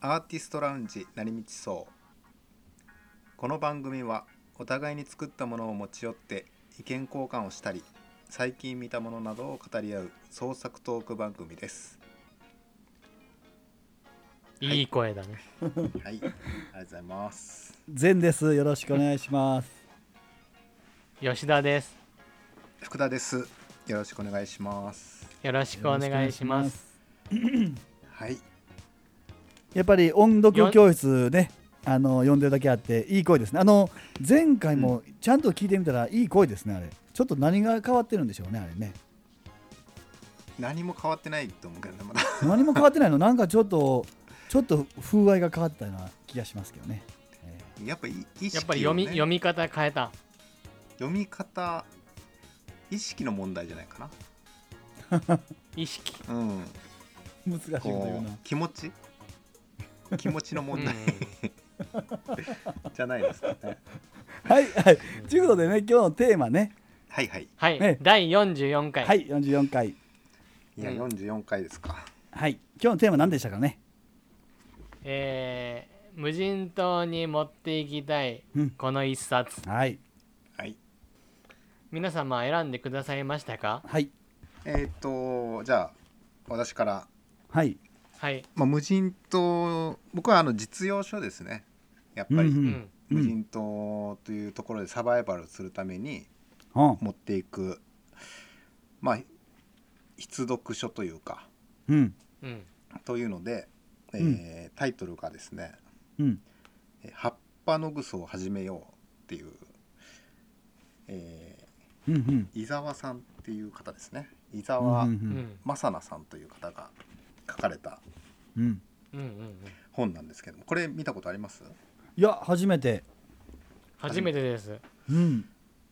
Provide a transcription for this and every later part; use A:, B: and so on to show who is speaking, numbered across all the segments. A: アーティストラウンジ成道荘この番組はお互いに作ったものを持ち寄って意見交換をしたり最近見たものなどを語り合う創作トーク番組です
B: いい声だね。
A: はいありがとうございます
C: 善です。よろしくお願いします。
B: 吉田です。
A: 福田ですよろしくお願いします
B: よろしくお願いします。。
A: はい
C: やっぱり音読教室ね、あの呼んでるだけあっていい声ですね。あの前回もちゃんと聞いてみたらいい声ですねあれ。ちょっと何が変わってるんでしょうねあれね。
A: 何も変わってないと思うけどねまだ
C: 何も変わってないの。なんかちょっとちょっと風合いが変わったような気がしますけどね。え
A: やっぱり意識を、ね、
B: やっぱり読み読み方変えた。
A: 読み方意識の問題じゃないか
B: 意識。
A: なうん
C: ー難しいこと言
A: こ
C: うな
A: う。気持ち気持ちの問題
B: う
A: じゃないですかね
C: はいはい。ということでね今日のテーマね。
A: はいはい
B: はい、
C: ね
B: 第44回、
C: はい44回。
A: いや、
B: うん
A: 44回ですか
C: はい。今日のテーマ何でしたかね。
B: えー無人島に持っていきたい
C: うん
B: この一冊、
C: はい
A: はい
B: 皆様選んでくださいましたか
C: はい
A: えっ、とじゃあ私から、
C: はい。
B: はい、
A: まあ、無人島僕はあの実用書ですねやっぱり、
B: う
C: うんう
B: んん
A: 無人島というところでサバイバルをするために
C: うん
A: 持っていくまあ必読書というか
C: うん
B: うん
A: というので、えータイトルがですね
C: うん。
A: えー葉っぱのぐそを始めようっていう、え
C: うんうん
A: ー伊沢さんっていう方ですね伊
C: うん
A: 沢
C: うんう
B: うんん
A: 正名さんという方が書かれた
C: うん
B: うんうん
A: 本なんですけどもこれ見たことあります
C: いや初めて、
B: 初めてです
C: うん、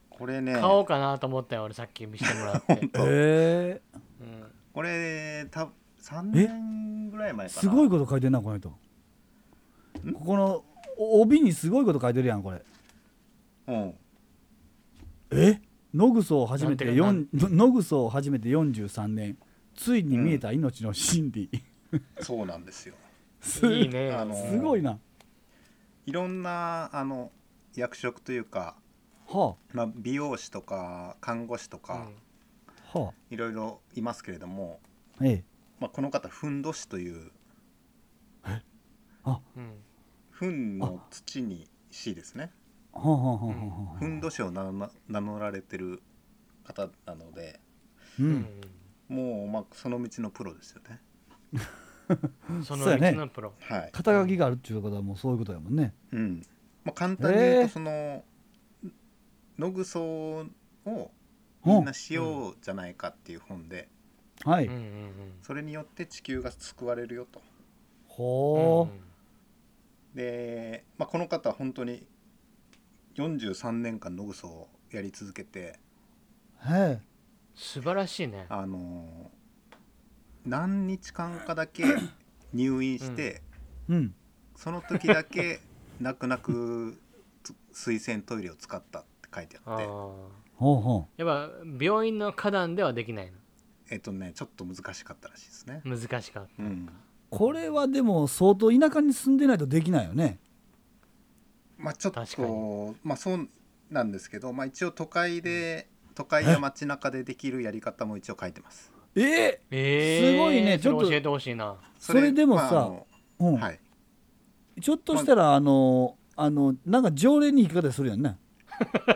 A: これね
B: 買おうかなと思ったよ俺さっき見せてもらって
A: 本、当
C: えー、
B: うん
A: これた3年ぐらい前かな
C: すごいこと書いてんなこの人ここのお帯にすごいこと書いてるやんこれ
A: うん、
C: え野草を初めて
B: な
C: 四
B: ん
C: 野草を初めて43年ついに見えた命の真理、
A: そうなんですよ
C: す
B: いいね、
A: あの
C: すごいな、
A: いろんなあの役職というか、
C: は
A: まあ、美容師とか看護師と
B: う
A: か、
B: ん
C: あはい
A: ろいろいますけれども、
C: あええ
A: まあ、この方ふんどしという
B: うん
A: ふんの土に死ですね
C: はあはあはあはあは
A: ふんどしを名乗名乗られてる方なので
C: う
B: うんん
A: もうまあその道のプロですよね
B: うん、その
C: そうやね
B: 道のプロ、
A: はい、
C: 肩書きがあるっていうことはもうそういうことやもんね
A: うんまあ、簡単に言う
C: へえ
A: とその野草をみ
C: うんん
A: なしようじゃないかっていう本で
C: はい、
B: うんうんうん
A: それによって地球が救われるよと
C: ほ
B: うん
A: で、まあ、この方は本当に43年間野草をやり続けて
C: うへえ
B: 素晴らしいね
A: あのー何日間かだけ入院して、
C: うん
A: その時だけ泣く泣くつ水洗トイレを使ったって書いてあ
B: あ
A: って
B: ー
C: ほうほ
B: やっぱ病院の花壇ではできない
A: えっとねちょっと難しかったらしいですね。
B: の難しかった
A: うん
C: うこれはでも相当田舎に住んでないとできないよね
A: まあちょっ
B: 確か
A: とまあそうなんですけど、まあ、一応都会で、都会や街中でできるやり方も一応書いてます。
C: ええ
B: え
C: すごいね
B: ちょっ
C: ちょ
B: と
C: っと
B: 教えてほしいな。
C: それでもさ
A: まああの
C: うん
A: はい、
C: ちょっとしたらあのあのなんか条例に引っかかったりするやんね。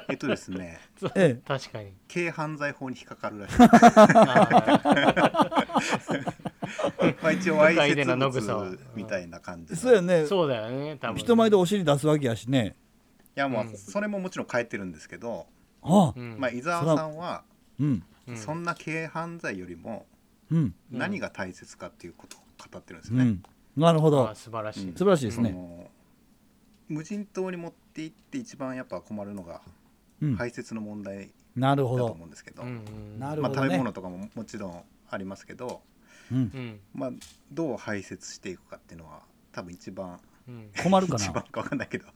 A: えっとですね
C: え
B: 確かに。
A: 軽犯罪法に引っかかるらしい
B: あ
A: まあ一応わいせつ
B: 都会での野草
A: 物みたいな感じ
C: え、
A: の
C: そうやん
B: ー
C: ね。
B: そうだよね、多分。
C: 人前でお尻出すわけやしね。
A: いやまあ
B: うん
A: それももちろん変えてるんですけど、
C: あ
B: う
C: あ、
B: ん、
A: まあ、伊沢さんは
C: うん、
B: うん
A: そんな軽犯罪よりも
C: うん、
B: うん
A: 何が大切かっていうことを語ってるんです
C: う
A: よね。
C: ん。なるほ
B: あ
C: ど。
B: 素晴らしい。
C: 素晴らしいです
A: そ
C: ね。
A: の無人島に持って行って一番やっぱ困るのが
C: うん、
A: 排泄の問題
C: なるほ
A: だと
C: ど
A: 思。うんですけど、
B: うんうん
C: なる
A: ま
C: ほ
A: あ、
C: ど
A: 食
C: ね
A: べ物とかももちろんありますけど、
C: うん、
B: うん
A: まあ、どう排泄していくかっていうのは多分一番
B: うん。
C: 困るか
A: 一番
C: な。
A: か分かんないけ ど、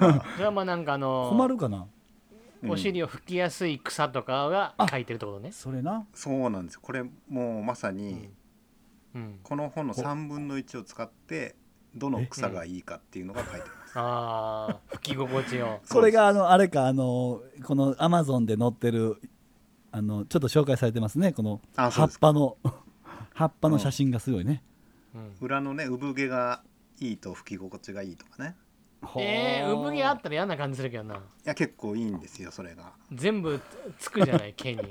A: まあ
B: それはまあなんかあのー
C: 困るかな。
A: うん
B: お尻を拭きやすい草とかが書いてるってことね。
C: それな。
A: そうなんですよこれもうまさに
B: うん。
A: この本の3分の1を使ってどの草がいいかっていうのが書いてあります
B: ああ吹き心地を
C: これがあのあれかあのこのアマゾンで載ってるあのちょっと紹介されてますねこの
A: あそ
C: 葉
A: う
C: っ
A: です
C: ぱの 葉っぱの写真がすごいね、
B: うん
A: 裏のね産毛がいいと吹き心地がいいとかね
B: えー、産毛あったら嫌な感じするけどない
A: や結構いいんですよそれが
B: 全部つくじゃない毛に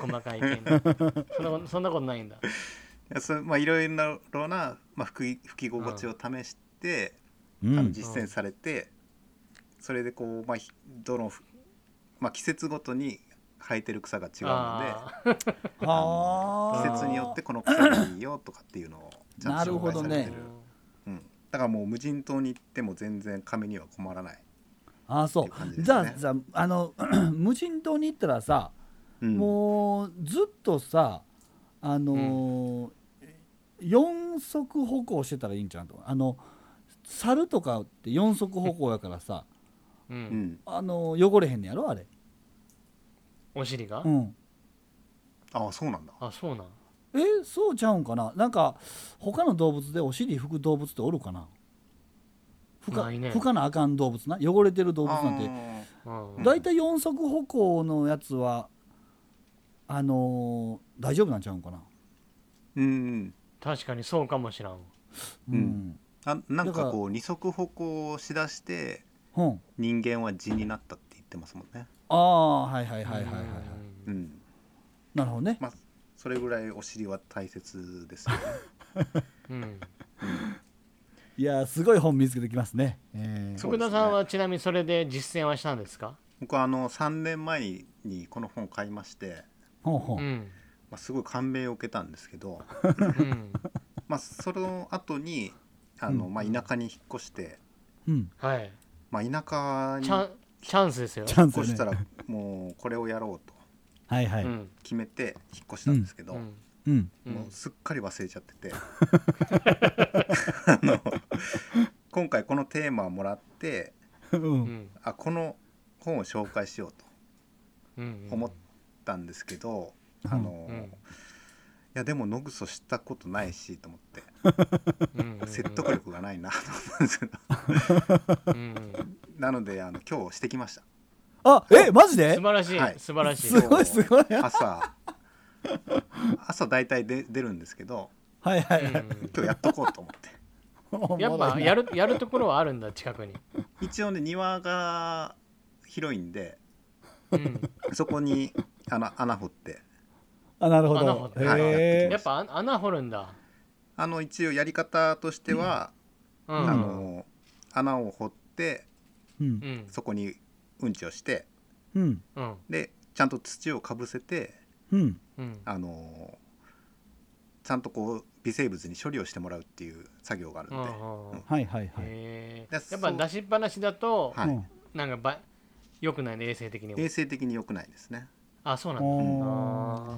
B: 細かい毛にそんなことそんなことないんだ
A: いやそれまあいろいろな、まあ、吹き吹き心地を試して、
C: うん
A: あの実践されて、それでこう、まあ、ひどのふ、まあ、季節ごとに生えてる草が違うの
B: あ
A: で
C: は
B: ー
C: あ
A: 季節によってこの草がいいよとかっていうのをちゃんと
C: なるほ
A: 紹介
C: ど
A: さ
C: ね
A: れてる、うん、だからもう無人島に行っても全然紙には困らない、
C: ああそ
A: っていう感じ
C: う
A: です
C: じゃあ
A: ね
C: じゃああの 無人島に行ったらさ、
A: うん、
C: もうずっとさあのー、四足歩行してたらいいんちゃうとあの猿とかって四足歩行やからさ
B: う、
A: うんん、
C: あの汚れへんねやろあれ、
B: お尻が、
C: うん、
A: ああそうなんだ
B: あそうなん
C: えそうちゃうんかななんか他の動物でお尻拭く動物っておるかな拭か
B: ないね
C: 拭かなあかん動物な汚れてる動物なんて
A: あ
B: うん
A: ー
C: 大体四足歩行のやつはあのー大丈夫なんちゃうんかな、
A: ーうん
B: 確かにそうかもしらん
C: うん
A: うんあなん
C: だか
A: からこう二足歩行をしだして
C: うん、
A: 人間は地になったって言ってますもんね
C: ああはいはいはいはいはい、はい、
A: う
B: うん
A: ん
C: なるほどね
A: まあそれぐらいお尻は大切ですよね
B: うん
C: いやーすごい本見つけてきますね、えー
A: そう
B: 福田さんはちなみにそれで実践はしたんですか
A: 僕はあの3年前にこの本買いまして、
C: ほうほう、
B: うん
A: まあ、すごい感銘を受けたんですけど、
B: うん
A: まあ、その後にあの
C: う
A: まあ田舎に引っ越して、
C: うん
B: はい
A: まあ、田舎に
B: チャンチャンスですよ
C: チャン
A: 引っ
C: スよ
A: 越
C: ね
A: したらもうこれをやろうと
C: はいはい、
B: う
C: うん
B: ん
A: 決めて引っ越したんですけど、
B: うん
C: うん、
B: うん
A: もうすっかり忘れちゃっててあの今回このテーマをもらって
B: うん
A: あこの本を紹介しようと
B: うん
A: 思ったんですけど、
C: うん
A: あの、
B: うん
A: いやでもノグソしたことないしと思って
B: うん
A: 説得力がない なと思ったんですけど
B: うん
A: なのであの今日してきました
C: あえマジで
B: 素晴らし
A: はい
B: い素晴らしい
C: すごいすごいはい
A: 朝朝大体で出るんですけど
C: はいはい、
B: うん
A: 今日やっとこうと思って
C: おもろいな
B: やっぱやる やるところはあるんだ近くに
A: 一応ね庭が広いんで
B: うん
A: そこに穴穴掘って
C: あなるほ
B: 穴
C: ど
B: 掘。って
C: へ
A: はい
C: え
B: やっぱあ穴掘るんだ
A: あの一応やり方としては、
B: う
A: あ
B: ん
A: の穴を掘って
C: うん
B: うん
A: そこにうんちをして
C: うん
B: うん
A: でちゃんと土をかぶせて
C: うん。
B: うん
A: あのーちゃんとこう微生物に処理をしてもらうっていう作業があるんで、
B: うんうん
C: はいはいはい。
B: へ
A: で
B: ーやっぱ出しっぱなしだと
A: はい
C: うん
B: なんかば良くないね衛生的にも
A: 衛生的に良くないですね。
B: あそうなんだ
C: お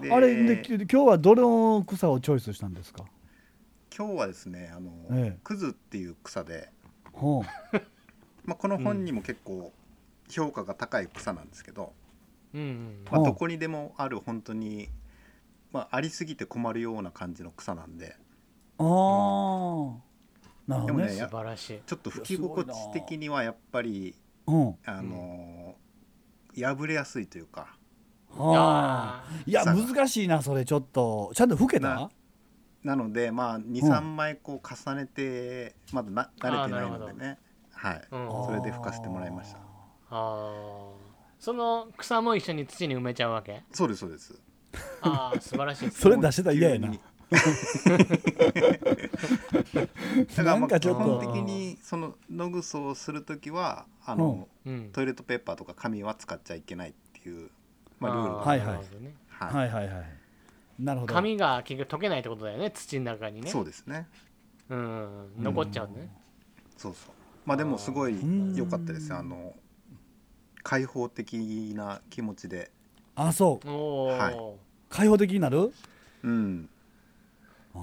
C: ー
A: で
C: あれでき今日はどの草をチョイスしたんですか。
A: 今日はですねあのー、
C: ええ
A: クズっていう草で、
C: ほう
A: まあ、この本にも結構評価が高い草なんですけど、
B: うんうん
A: まあ、
C: うん
A: どこにでもある本当に、まあ、ありすぎて困るような感じの草なんで
C: ああ。なる
A: で
C: ほど
A: もね
C: ね。
A: や
B: 素晴らしい
A: ちょっと吹き心地的にはやっぱり
C: うん。
A: あのー、破れやすいというか
C: はあ。
B: あー
C: いや
A: 草が
C: 難しいなそれちょっとちゃんと吹け
A: な
C: た。
A: なのでまあ23枚こう重ねてまだな慣れてないのでねはい
B: うん
A: それで吹かしてもらいました
B: あーその草も一緒に土に埋めちゃうわけ
A: そうですそうです
B: ああ素晴らしいです
C: それ出してたら嫌やな
A: もう急にだから
C: な
A: ま
C: ん
A: あ
C: かち
A: 基
C: ょっと
A: 本的にその野ぐそをする時はあの、
B: うん
A: トイレットペーパーとか紙は使っちゃいけないっていう、まあ、ルール
B: あ
A: が
B: ー
C: はいは
A: は
B: なるほどね
C: い
A: い
C: はいはいはい。なるほど。
B: 紙が結局溶けないってことだよね土の中にね
A: そうですね
B: うんうん残っちゃうね
A: そうそうまあでもすごい
C: うん
A: 良かったですあの開放的な気持ちで
C: あそう
B: おおー、
A: はい
C: 開放的になる。
A: うん
C: ああ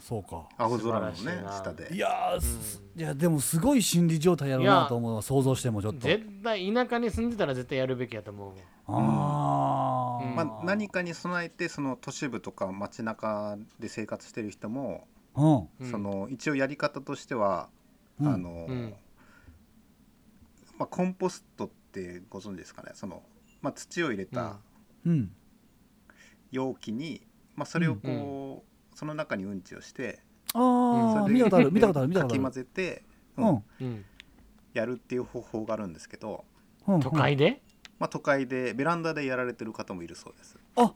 C: そうか。
A: 青空のね
B: 素晴らしいな
A: 下
C: い
A: で
C: やーすいやでもすごい心理状態やろう
B: い
C: な
B: や
C: と思うわ想像してもちょっと。
B: 絶対田舎に住んでたら絶対やるべきやと思う
C: ああ。
B: うん
A: まあ、何かに備えてその都市部とか街中で生活してる人も
C: うん
B: うん
A: その一応やり方としては、
C: うん
A: あの、
B: うん
A: まあ、コンポストってご存知ですかねその、まあ、土を入れた
C: うん
A: 容器に、まあ、それをこう、その中にうんちをして
C: あ
A: そ
C: あ
A: れ
C: 見
A: で
C: たことある見たことある見た
A: か
C: こと
A: き
C: ある
A: 混ぜて、
C: う
A: う
C: んうんん
B: うん
A: やるっていう方法があるんですけど、
C: うん
B: 都会で
A: まあ、都会でベランダでやられてる方もいるそうです。
C: あ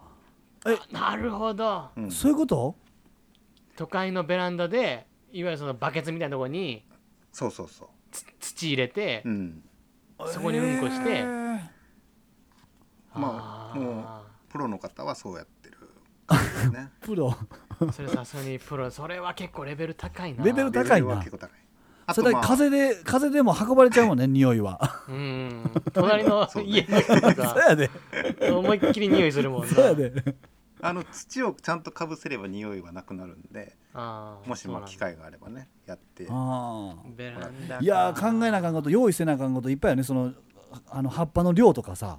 C: え
B: なるほど
A: うん
C: そういうこと
B: 都会のベランダでいわゆるそのバケツみたいなところに
A: そうそうそ
B: つ土入れて
A: う、うん、
B: そこにうんこして
C: へー
A: まあ
B: あ
A: プロの方はそうやって る感じですね
C: プロ
B: ーそれさすがにプロそれは結構レベル高いな
C: レベル高
A: レベ
C: いな
A: ルは結構高いあ
C: そ
A: と
C: れ
A: まあ
C: 風で風でも運ばれちゃう もんね匂いは
B: うん隣の
A: そうね
B: 家の人と
C: そう
B: か
C: やで
B: 思いっきり匂いするもんな
C: そうやで
A: あの土をちゃんとかぶせれば匂いはなくなるんで
B: あー
A: もし
B: そう
A: ま
B: な
A: あ
B: んだ
A: 機会があればねやって
C: あー
B: ベランダか
C: いやー考えなあかんこと用意せなあかんこといっぱいよねそのあの葉っぱの量とかさ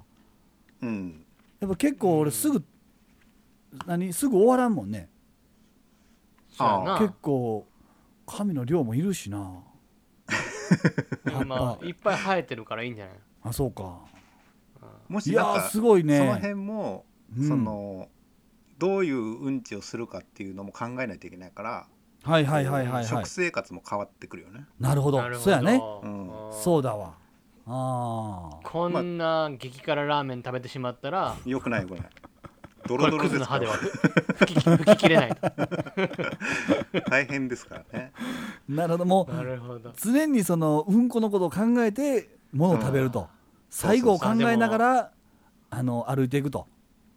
A: うん
C: やっぱ結構俺すぐ、何すぐ終わらんもんね
B: そうや
A: あ
B: な
C: 結構神の量もいるしな
B: でもまあいっぱい生えてるからいいんじゃない
C: あそうか
A: もし
C: い
A: な
C: や
A: んか
C: ーすごいね
A: その辺も、
C: うん
A: そのどういううんちをするかっていうのも考えないといけないから、
C: はいはいはいはいはい
A: 食生活も変わってくるよね
C: なるほど
B: なるほど
C: そうやね
A: うん
C: そうだわあー
B: こんな激辛ラーメン食べてしまったら
A: よくない よくないド
B: こ
A: ロ
B: れ
A: ド
B: ク
A: ロ
B: ズ
A: で
B: の
A: すか
B: 歯では
A: ら
B: ふ吹き 吹き切れないと
A: 大変ですからね
C: なるほどもう
B: なるほど
C: 常にそのうんこのことを考えてものを食べると、最後を考えながらあの歩いていくと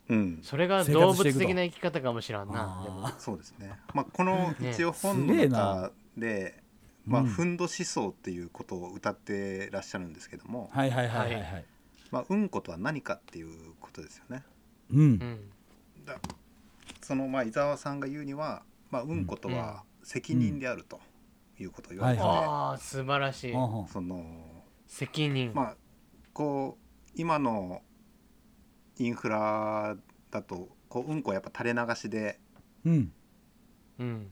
A: うん
B: それが動物的な生き方かもしらんなでも
C: あ
A: そうですねまあこの
B: ね
A: 一応本の
C: すげえ
A: 中
C: な
A: で、まあ、
C: うん
A: ふんどし思想っていうことを歌ってらっしゃるんですけども、
C: ーはいはいはいはいはい、
B: は
A: まあ、うんことは何かっていうことですよね
C: う
B: うんん
A: だそのまあ伊沢さんが言うには、まあ、うんことは責任であるということを言われて、
C: うんはい
B: ああ素晴らしい
C: うんうん
A: その
B: 責任
A: まあこう今のインフラだとこううんこはやっぱ垂れ流しで
C: うん
B: うん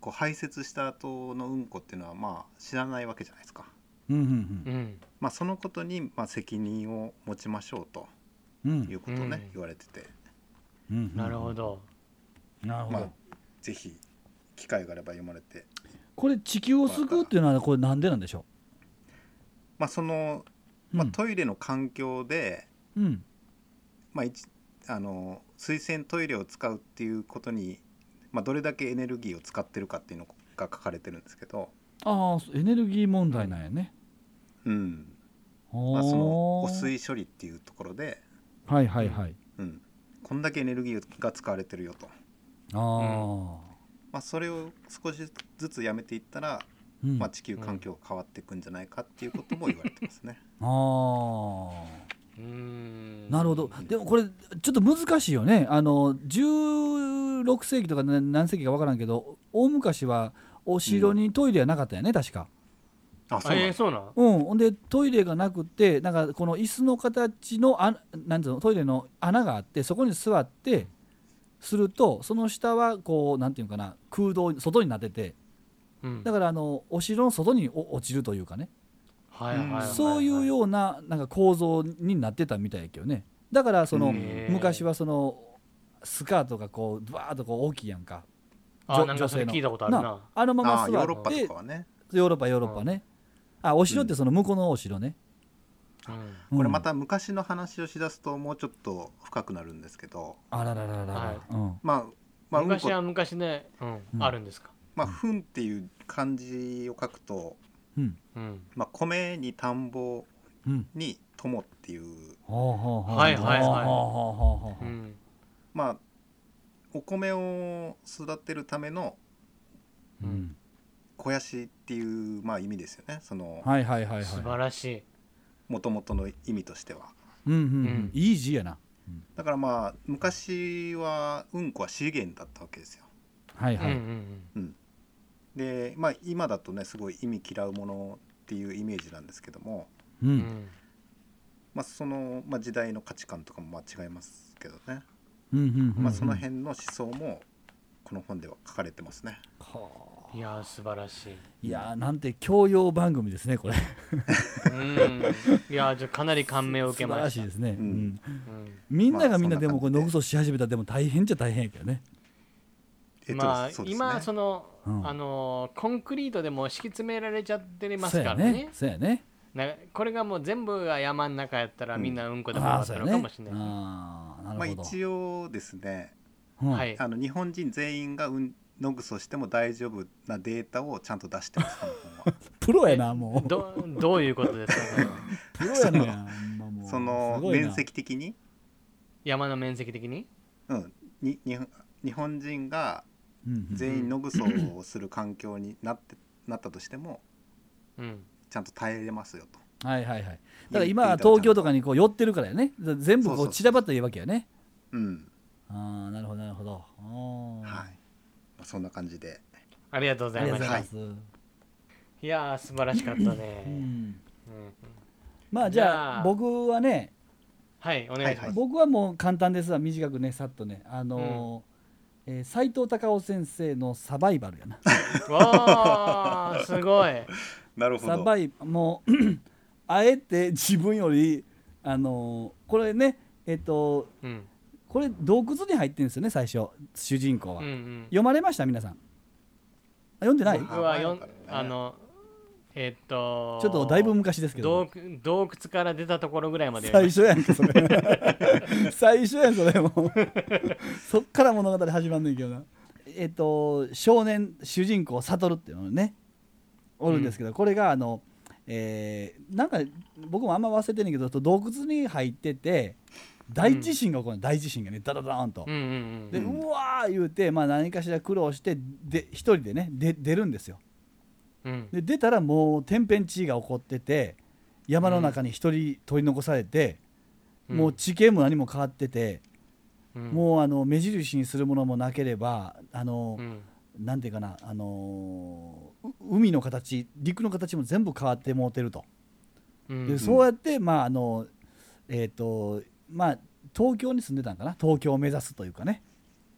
A: こう排泄した後のうんこっていうのはまあ知らないわけじゃないですか、
C: うんうん
B: うん
A: まあ、そのことにまあ責任を持ちましょうと
C: うんう
A: い
C: ん
A: うことをね、
B: うん
A: 言われてて、
C: うん
B: なるほど
C: なるほ
A: ま
C: ど、
A: あぜひ機会があれば読まれて
C: これ地球を救うっていうのはこれなんでなんでしょ
A: まあその、
C: う、
A: まあ、
C: うん
A: トイレの環境で、
C: うん
A: まあ、一あの水洗トイレを使うっていうことに、まあ、どれだけエネルギーを使ってるかっていうのが書かれてるんですけど、
C: ああエネルギー問題なんやね、
A: うんま
C: あ
A: あ、その汚水処理っていうところで、
C: はいはいはい、
A: うん、こんだけエネルギーが使われてるよと、
C: ああ
A: まあ、それを少しずつやめていったら、
C: ー、うん
A: まあ、地球環境が変わっていくんじゃないかっていうことも言われてますね。
C: ああ
B: うーん
C: なるほどでもこれちょっと難しいよねあの16世紀とかな何世紀か分からんけど大昔はお城にトイレはなかったよね、確か。
A: あ
B: あ
A: なん
B: えー
A: だ
B: そうなん
C: うん、ほんでトイレがなくてなんかこの椅子の形のあなんつうのトイレの穴があってそこに座ってするとその下はこうなんていうのかな空洞外になってて
B: うん
C: だからあのお城の外にお落ちるというかね
B: はいはいはは
C: そういうようななんか構造になってたみたいやけどねだからその、
A: うん
C: 昔はそのスカートがこうバーッとこう大きいやんか
B: あなんかそれ聞いたことある
C: な
B: な
C: あのまま座っ
A: あー
C: て
A: ヨーロッパとかはね
C: ヨーロッパヨーロッパね、あお城ってその向こうのお城ね、
B: うん
A: これ
C: うん
A: また昔の話をしだすともうちょっと深くなるんですけど、
C: あららららら、
B: はい
C: うん
A: まあまあ、うん
B: 昔
A: こ
B: は昔ねうん
C: うん
B: あるんですか
A: まあ、ふんっていう漢字を書くと、
C: うん
B: うん
A: まあ、米に田んぼ
C: うん
A: に友っていう、
C: ほうほうほう
B: はいはいはい
C: ほうほうほうほう
B: う
C: ほうん
A: まあ、お米を育てるための
C: うん
A: 肥やしっていう、まあ、意味ですよねその
C: はいはいはい
B: 素
C: は
B: 晴らしい
A: もともとの意味としてはい
C: うんうんうん
B: うん
C: いい字やな
A: だからまあ昔はうんこは資源だったわけですよ
C: はい
B: うんう
C: はい、
B: ん
A: で、まあ、今だとねすごい意味嫌うものっていうイメージなんですけども、
C: うん
B: うんうん
A: まあ、その、まあ、時代の価値観とかもまあ違いますけどね、
C: うんうんうん
A: まあ、その辺の思想もこの本では書かれてますね。
C: は
B: いやー素晴らしい。
C: いやーなんて教養番組ですねこれ
B: うん。いやーじゃあかなり感銘を受け
C: 素晴
B: ま
C: ら
B: し。
C: したいですね、
A: う
C: うんん、
B: うん
C: みんな
A: まあ
C: がみんな
A: そんな
C: でもこ
A: 感
C: れ
A: じで
C: 野グソし始めたらでも大変っちゃ大変やけどね
A: えっと
B: まあ、
A: そうですね
B: 今その、
C: うん
B: あのーコンクリートでもう敷き詰められちゃってます
C: そう
B: か
C: や
B: らね
C: ねそうやね
B: なこれがもう全部が山の中やったら
A: うん
B: みんなうんこでもよ
C: あ
B: か
C: あ
B: った
C: そうや
B: のか
C: ね
B: もしれない、
C: ああ
A: ま
C: な
A: あ
C: るほど、
A: 一応ですね
C: うん
B: はい
A: あの日本人全員がうんノグソしても大丈夫なデータをちゃんと出してますこの本は
C: プロやなもう
B: どどういうことですか、 ね、
C: プロやなほんまもう
A: その
C: すごいな
A: 面積的に,、
B: 山の面積的に
A: うん、にに日本人が
C: うんうん
A: 全員ノグソをする環境になってなったとしても
B: うん
A: ちゃんと耐えれますよと。
C: はいはいはいだから今は東京とかにこう寄ってるからやねだから全部
A: そう
C: こ
A: そうう
C: 散らばってるわけやね
A: うん
C: ああなるほどなるほどおー
A: はいまあそんな感じで
B: ありがとうござ
C: あり
B: い
C: がと
B: ま
C: うご
B: し
C: ざ
B: た
C: います、
B: いやー素晴らしかったね、
C: う
B: うん
C: ん
B: うん
C: まあ
B: じ
C: じ
B: ゃあ
C: ゃあ僕はね
B: はいお願いし
A: は
B: ま
A: い
B: す、
C: 僕はもう簡単ですわ短くねさっとねあのーえー斉藤隆夫先生の「サバイバル」やな
B: わーすごい
A: なるほ
C: サ
A: ど
C: バイも うあえて自分よりあのーこれねえっ、と
B: うん
C: これ洞窟に入ってるんですよね最初主人公
B: う
C: は、
B: んうん
C: 読まれました皆さんあ読んでないち
A: 僕
B: 僕はよん
A: あ前からね
B: あのえっと
C: ょっとだいぶ昔ですけど
B: 洞窟洞窟から出たところぐらいまで
C: 最初やんけそれ 最初やんそれも うそっから物語始まんねんけどなえっと少年主人公悟っていうのねおるんですけど、これがあのえーなんか僕もあんま忘れてんねんけど洞窟に入ってて大地震が起こるの、大地震がねダダダーンと、
B: うんうん
C: で
B: うん
A: うん
C: うわー言うて、まあ、何かしら苦労してで一人でねで出るんですよ
B: うん
C: で出たらもう天変地異が起こってて山の中に一人取り残されて、
B: うん
C: もう地形も何も変わってて、
B: うん
C: もうあの目印にするものもなければあの、
B: うん
C: なんていうかな、あのーう海の形陸の形も全部変わってもうてると、
B: うん
C: でそうやってまああのえっ、とまあ東京に住んでたんかな東京を目指すというかね、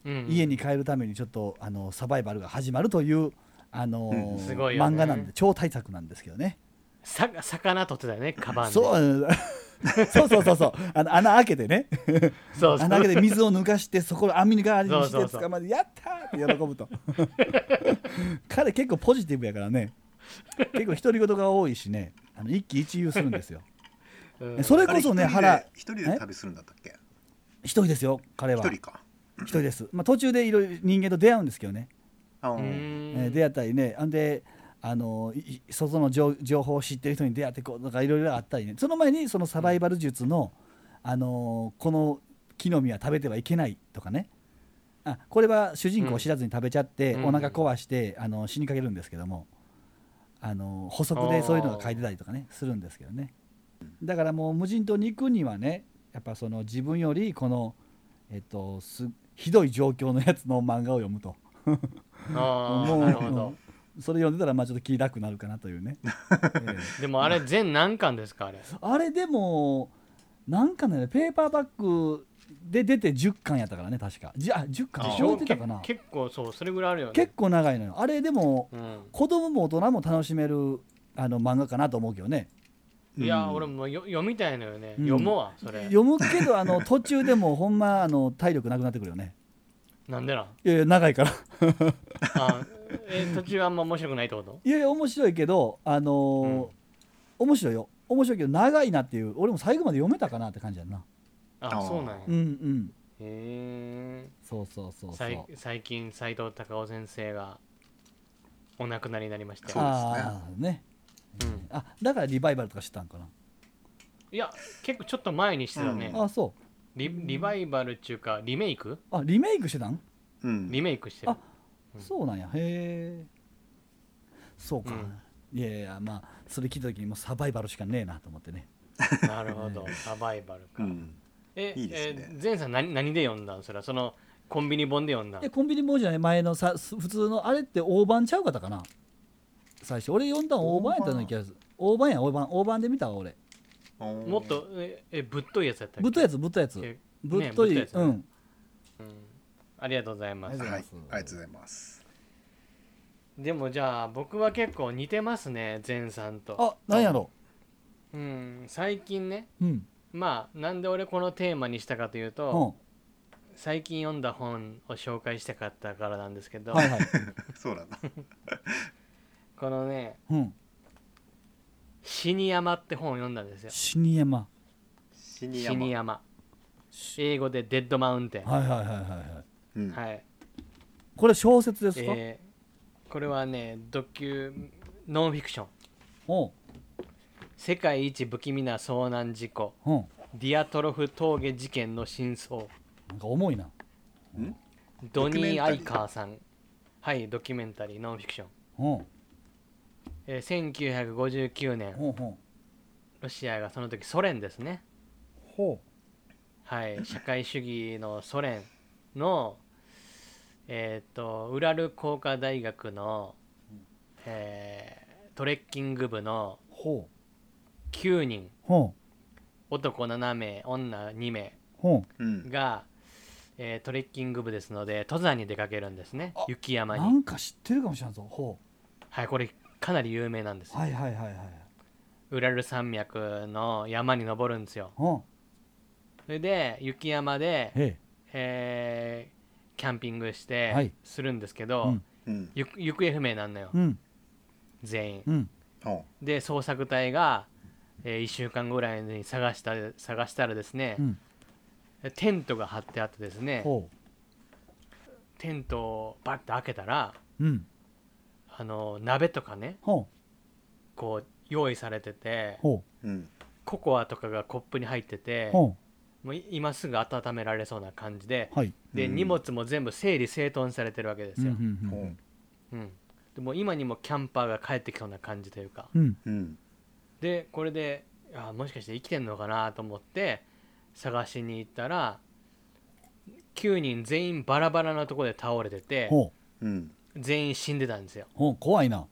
B: うん
C: 家に帰るためにちょっとあのサバイバルが始まるという、あのー
A: うん
B: すごいよね
C: 漫画なんで超大作なんですけどね。
B: さ魚取ってたよねカバンで
C: そう そうそうそうそうあの穴開けてね
B: そうそう
C: 穴開けて水を抜かしてそこを網代わりにし
B: そうそうそ
C: て
B: う
C: 捕まえてやったーって喜ぶと 彼結構ポジティブやからね結構独り言が多いしねあの一喜一憂するんですよ
B: うん
C: それこそね
A: あれ
C: 腹
A: 一人で一人で旅するんだったっけ
C: 一人ですよ彼は
A: 一人か
C: 一人です、まあ、途中でいろいろ人間と出会うんですけどね、
A: あ
B: う
A: うん
B: ん
C: えー出会ったりねあんであのいい外の情情報を知ってる人に出会ってこうなんかいろいろあったりねその前にそのサバイバル術の、あのこの木の実は食べてはいけないとかねあこれは主人公を知らずに食べちゃって、
B: うん
C: お腹壊してあの死にかけるんですけどもあの補足でそういうのが書いてたりとかねするんですけどねだからもう無人島に行くにはねやっぱその自分よりこのえっとすひどい状況のやつの漫画を読むと
B: あー
C: もう
B: なるほど
C: それ読んでたらまあちょっと気楽になるかなというね、ええ
B: でもあれ全何巻ですかあれ
C: あれでもなんかねペーパーバッグで出て10巻やったからね確かじゃあ10巻
A: あ
C: で
A: ー
C: しょ出たかな
B: け結構そうそれぐらいあるよね
C: 結構長いのよあれでも
B: うん
C: 子供も大人も楽しめるあの漫画かなと思うけどね
B: いや
A: うん
B: 俺もよ読みたいのよね
C: うん
B: 読もうわそれ
C: 読むけどあ の途中でもうほんまあの体力なくなってくるよね
B: なんでなん
C: いやいや長いから
B: あーえー途中あんま面白くないってこと
C: いやいや面白いけどあのー
B: うん
C: 面白いよ面白いけど長いなっていう俺も最後まで読めたかなって感じやんな
B: あ
A: あー
B: そうなんや
C: うんうん
B: へ
C: そうそうそう
B: え
C: そ
B: さいう最近斎藤隆夫先生がお亡くなりになりました
A: そう
B: よ、
A: ですね
C: ああね
B: うん、
C: あだからリバイバルとかしてたんかない
B: や結構ちょっと前にしてたね、
C: あそう
B: リリバイバルっていうかリメイク
C: あリメイクしてたん、
A: うん
B: リメイクしてる
C: あ
B: うん
C: そうなんやへえそうか、いやいやまあそれ聞いた時にもうサバイバルしかねえなと思ってね
B: なるほどサバイバルか、
A: うん
B: え
A: いいですね
B: え前さん何何で読んだんそれはそのコンビニ本で読んだん
C: いやコンビニもんじゃない前のさす普通のあれって大判ちゃうかったかな最初俺読んだん大判やったような気がする大判や大判大判で見たわ俺
B: もっとええぶっといやつやったっけ
C: ぶっといやつぶっといやつ
B: え
C: ぶ
B: ね
C: っとい、
B: ぶっといやつね
C: う
B: う
C: ん
B: んありがとうございま
C: あり
B: す
A: は
C: が
A: いありがとう
C: と
A: ご
C: うござ
A: ざ
C: い
A: います
B: でもじゃあ僕は結構似てますね善さんと
C: あなんやろ
B: うん最近ね
C: う、うん
B: まあなんで俺このテーマにしたかという
C: う
B: と、
C: ん、
B: 最近読んだ本を紹介したかったからなんですけど、
C: はいはい、
A: そうなんだ。
B: このね
C: うん、
B: 「死に山」って本を読んだんですよ
C: 死に山
A: シニ
B: 死
A: アマ
B: に山英語で「デッドマウンテン」は
C: はいはいはいはいはい
A: うん
B: い、
C: これ小説ですか、
B: えーこれはねドキュノンフィクション
C: お
B: 「世界一不気味な遭難事故
C: うんうん
B: ディアトロフ峠事件の真相
C: なんか重いな」
B: ドニー・アイカーさんはいドキュメンタリーノンフィクション、
C: うんうん
B: えー1959年
C: うん
B: ロシアがその時ソ連ですね
C: ほ
B: はい、社会主義のソ連の、えー、とウラル工科大学の、えートレッキング部の
C: うほう
B: 9人
C: ほう
B: 男7名女2名
C: ほ
A: うん。
B: が、えートレッキング部ですので登山に出かけるんですね
C: あ
B: 雪山
C: う
B: に
C: なんか知ってるかもしれんぞほ
B: はいこれかなり有名なんです
C: う
B: よ、
C: はいはいはいはい
B: ウラル山脈の山に登るんですよ
C: うん
B: それで雪山で、
C: へ
B: えーキャンピングし
C: は
B: て
C: い
B: するんですけ
C: え
B: ど、
C: う
A: う
C: ん
A: ん。
B: ゆ行方不明なんのよ、
C: うん
B: 全員
C: うん
A: お
B: で捜索隊が、え1週間ぐらいに探した探したらですね
C: う、ん
B: テントが張ってあってですね
C: ほ
B: テントをバッと開けたら
C: ううん
B: あの鍋とかね
C: ほう
B: こう用意されてて
C: ほ
A: うん。
B: ココアとかがコップに入ってて
C: うほ
B: もうい今すぐ温められそうな感じで
C: うはい
B: で、
A: うん
B: 荷物も全部整理整頓されてるわけで
C: う
B: す
C: んう
B: よ、
C: ん
A: お
B: うんでもう今にもキャンパーが帰ってきそうな感じというか
C: うんうん
A: うん。
B: でこれであもしかして生きてんのかなと思って探しに行ったら9人全員バラバラなとこで倒れてて
C: ほう
A: うん。
B: 全員死んでたんですよ
C: ほう怖いな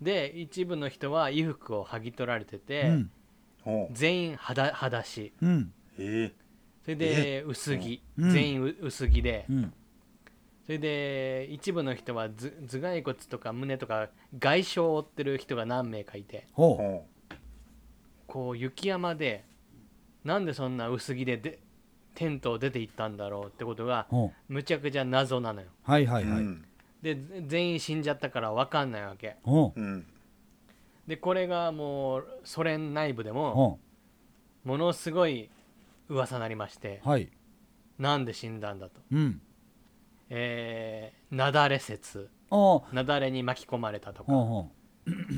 B: で一部の人は衣服を剥ぎ取られてて、
C: うん
A: お
B: 全員裸裸足
C: うん
A: ええ。
B: それで薄着、
C: うん
B: 全員う薄着で、
C: うん
B: それで一部の人はず頭蓋骨とか胸とか外傷を負ってる人が何名かいて
C: ほ
A: お
B: こう雪山でなんでそんな薄着ででテントを出て行ったんだろうってことが
C: うほ
B: むちゃくちゃ謎なのよ
C: うはいは
A: う
C: いはい
A: ん。
B: でぜ全員死んじゃったから分かんないわけ
C: ほう
A: うん。
B: でこれがもうソ連内部でも
C: ほ
B: ものすごい噂になりまして
C: うはい
B: なんで死んだんだと
C: うん
B: えー、雪崩説
C: ああほ
B: 雪崩に巻き込まれたと
C: う
B: か
C: ほ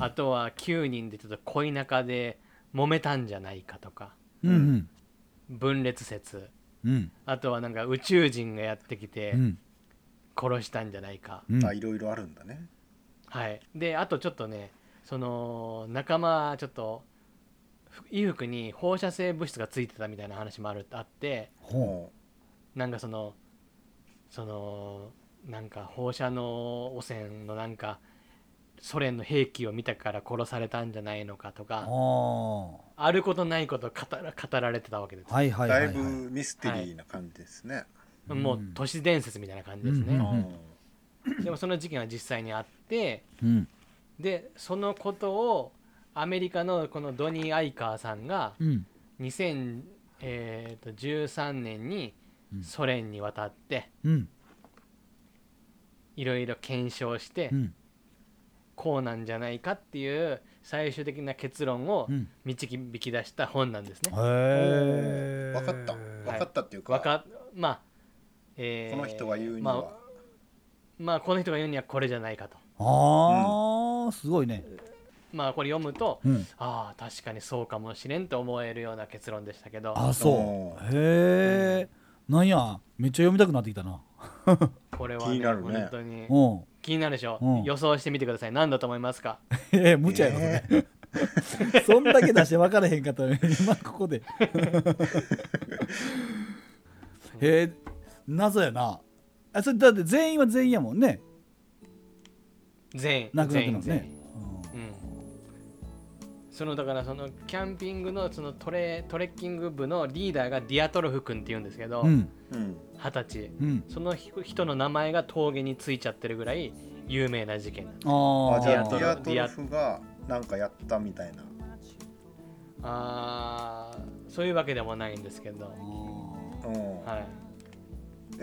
B: あとは9人でちょっと恋仲で揉めたんじゃないかとか
C: ううん
B: 分裂説
C: うんうん
B: あとはなんか宇宙人がやってきて
C: うん
B: 殺したんじゃないか、
C: うん
A: あ、いろいろあるんだね。
B: はいであとちょっとねその仲間ちょっとふ衣服に放射性物質がついてたみたいな話もあるあって
A: お
C: ほ
B: なんかそのそのなんか放射能汚染のなんかソ連の兵器を見たから殺されたんじゃないのかと
C: う
B: か
C: あ
B: あることないことを語ら語られてたわけです、
C: あはいはいは
A: だ
C: い
A: い
C: はい
A: ぶミステリーな感じですね。
C: うん
B: もう都市伝説みたいな感じです
C: うん
B: ね、
A: お
B: でもその事件は実際にあって
C: うん
B: でそのことをアメリカのこのドニー・アイカーさんが
C: うん
B: 2013年に
C: うん
B: ソ連に渡って
C: うん
B: いろいろ検証して
C: うん
B: こうなんじゃないかっていう最終的な結論を
C: うん
B: 導き出した本なんですね。
C: へえ
A: わかった。わかったっていうか、
B: わかまあ、えー
A: この人が言うに
B: ま
A: は
B: あ。まあこの人が言うにはこれじゃないかと
C: ああすごいね
B: まあこれ読むと
C: うん
B: ああ確かにそうかもしれんと思えるような結論でしたけど
C: あ
A: お
C: そう
A: ー
C: へえなんやめっちゃ読みたくなってきたな
B: これは、
A: 気になるね
B: 本当に
C: うん
B: 気になるでしょ、
C: うん
B: 予想してみてください何だと思いますか
C: ええ無茶やなそれ
A: え
C: そんだけ出して分からへんかったのに 今こ こでへえ謎やなあそれだって全員は全員やもんね
B: 全員
C: 亡くなっ
B: 全
C: てる
B: 員
C: の
B: 全
C: ね
B: 員、うんそのだからそのキャンピングのそのトレトレッキング部のリーダーがディアトロフ君って言うんですけど
C: う
B: 二十、
C: ん
A: うん。
B: 歳
C: うん
B: その人の名前が峠についちゃってるぐらい有名な事件なんです
C: あ
A: あ
C: あ
A: じゃあ
B: デ
A: デ
B: ィ
A: ィ
B: ア
A: ア
B: ト
A: ト
B: ル
A: ルフがなんかやったみたいな
B: あーそういうわけでもないんですけど、
A: うん
B: はい、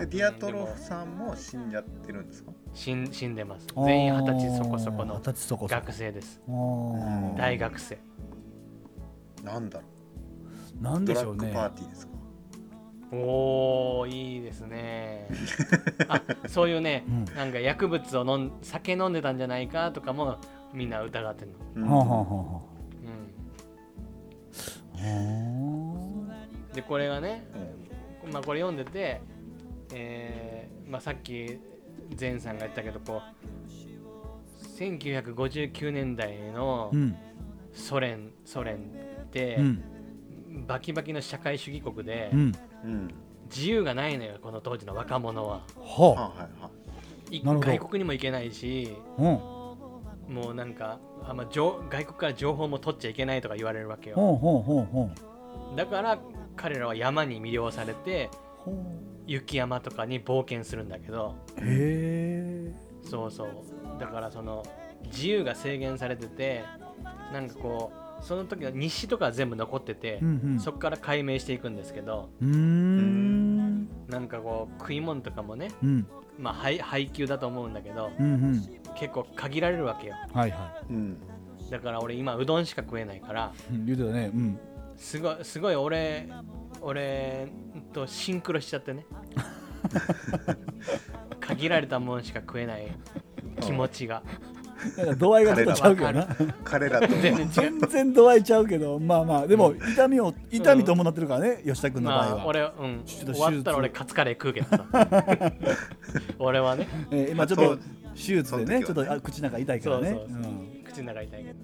A: えディアトルフさんも死んじゃってるんですか
B: 死ん死んでます全員二十歳そこそこの
C: 二十歳そこそこ
B: 学生です
C: あ
B: 大学生
A: なんだろ
C: ーなん
A: うド
C: でし
A: ラ
C: ょ
A: ッ
C: う
A: グ
C: ね
A: パーティーですか
B: おおいいです ねあそういうね、
C: うん
B: なんか薬物を飲ん酒飲んでたんじゃないかとかもみんな疑ってんの、
A: うん
C: はあはあはあは
B: うんでこれがね、
A: うん
B: まあ、これ読んでて、えーまあ、さっき前さんが言ったけどこう1959年代の
C: うん
B: ソ連ソ連って、
C: うん
B: バキバキの社会主義国で、
C: うん
A: うん
B: 自由がないのよこの当時の若者は
A: はい
C: は
A: はいはい
C: なるほど
B: 外国にも行けないし
C: あうん
B: もうなんかあんま情外国から情報も取っちゃいけないとか言われるわけよ
C: ほうほうほうほう
B: だから彼らは山に魅了されて
C: ほう
B: 雪山とかに冒険するんだけど
C: へえ
B: そうそうだからその自由が制限されててなんかこうその時の日誌とかは全部残ってて、
C: うんうん
B: そこから解明していくんですけど
C: うーん
B: なんかこう食い物とかもね、
C: うん
B: まあ、配配給だと思うんだけど
C: うんうん
B: 結構限られるわけよ
C: はいは
A: うん
B: だから俺今うどんしか食えないから
C: いうん言うてたねうん
B: すごいすごい俺俺とシンクロしちゃって ね限られたもんしか食えない気持ちが
C: なんか度合いがちょっとちゃうけど
B: わ
C: な
B: か
A: 彼らと
B: 全然
C: 全然度合いちゃうけどまあまあでも痛みを痛み伴ってるからね吉田君の場合
B: まあ
C: は、
B: 俺うん
C: ちょっと手術
B: 終わったら俺カツカレー食うけどさ 俺はね
C: えー今ちょっと
A: そう
C: 手術でねち
A: そ
C: ょ
A: の時はね
C: っとあ口の中痛いからね
B: そうそうそう
C: うん
B: 口の中痛いけど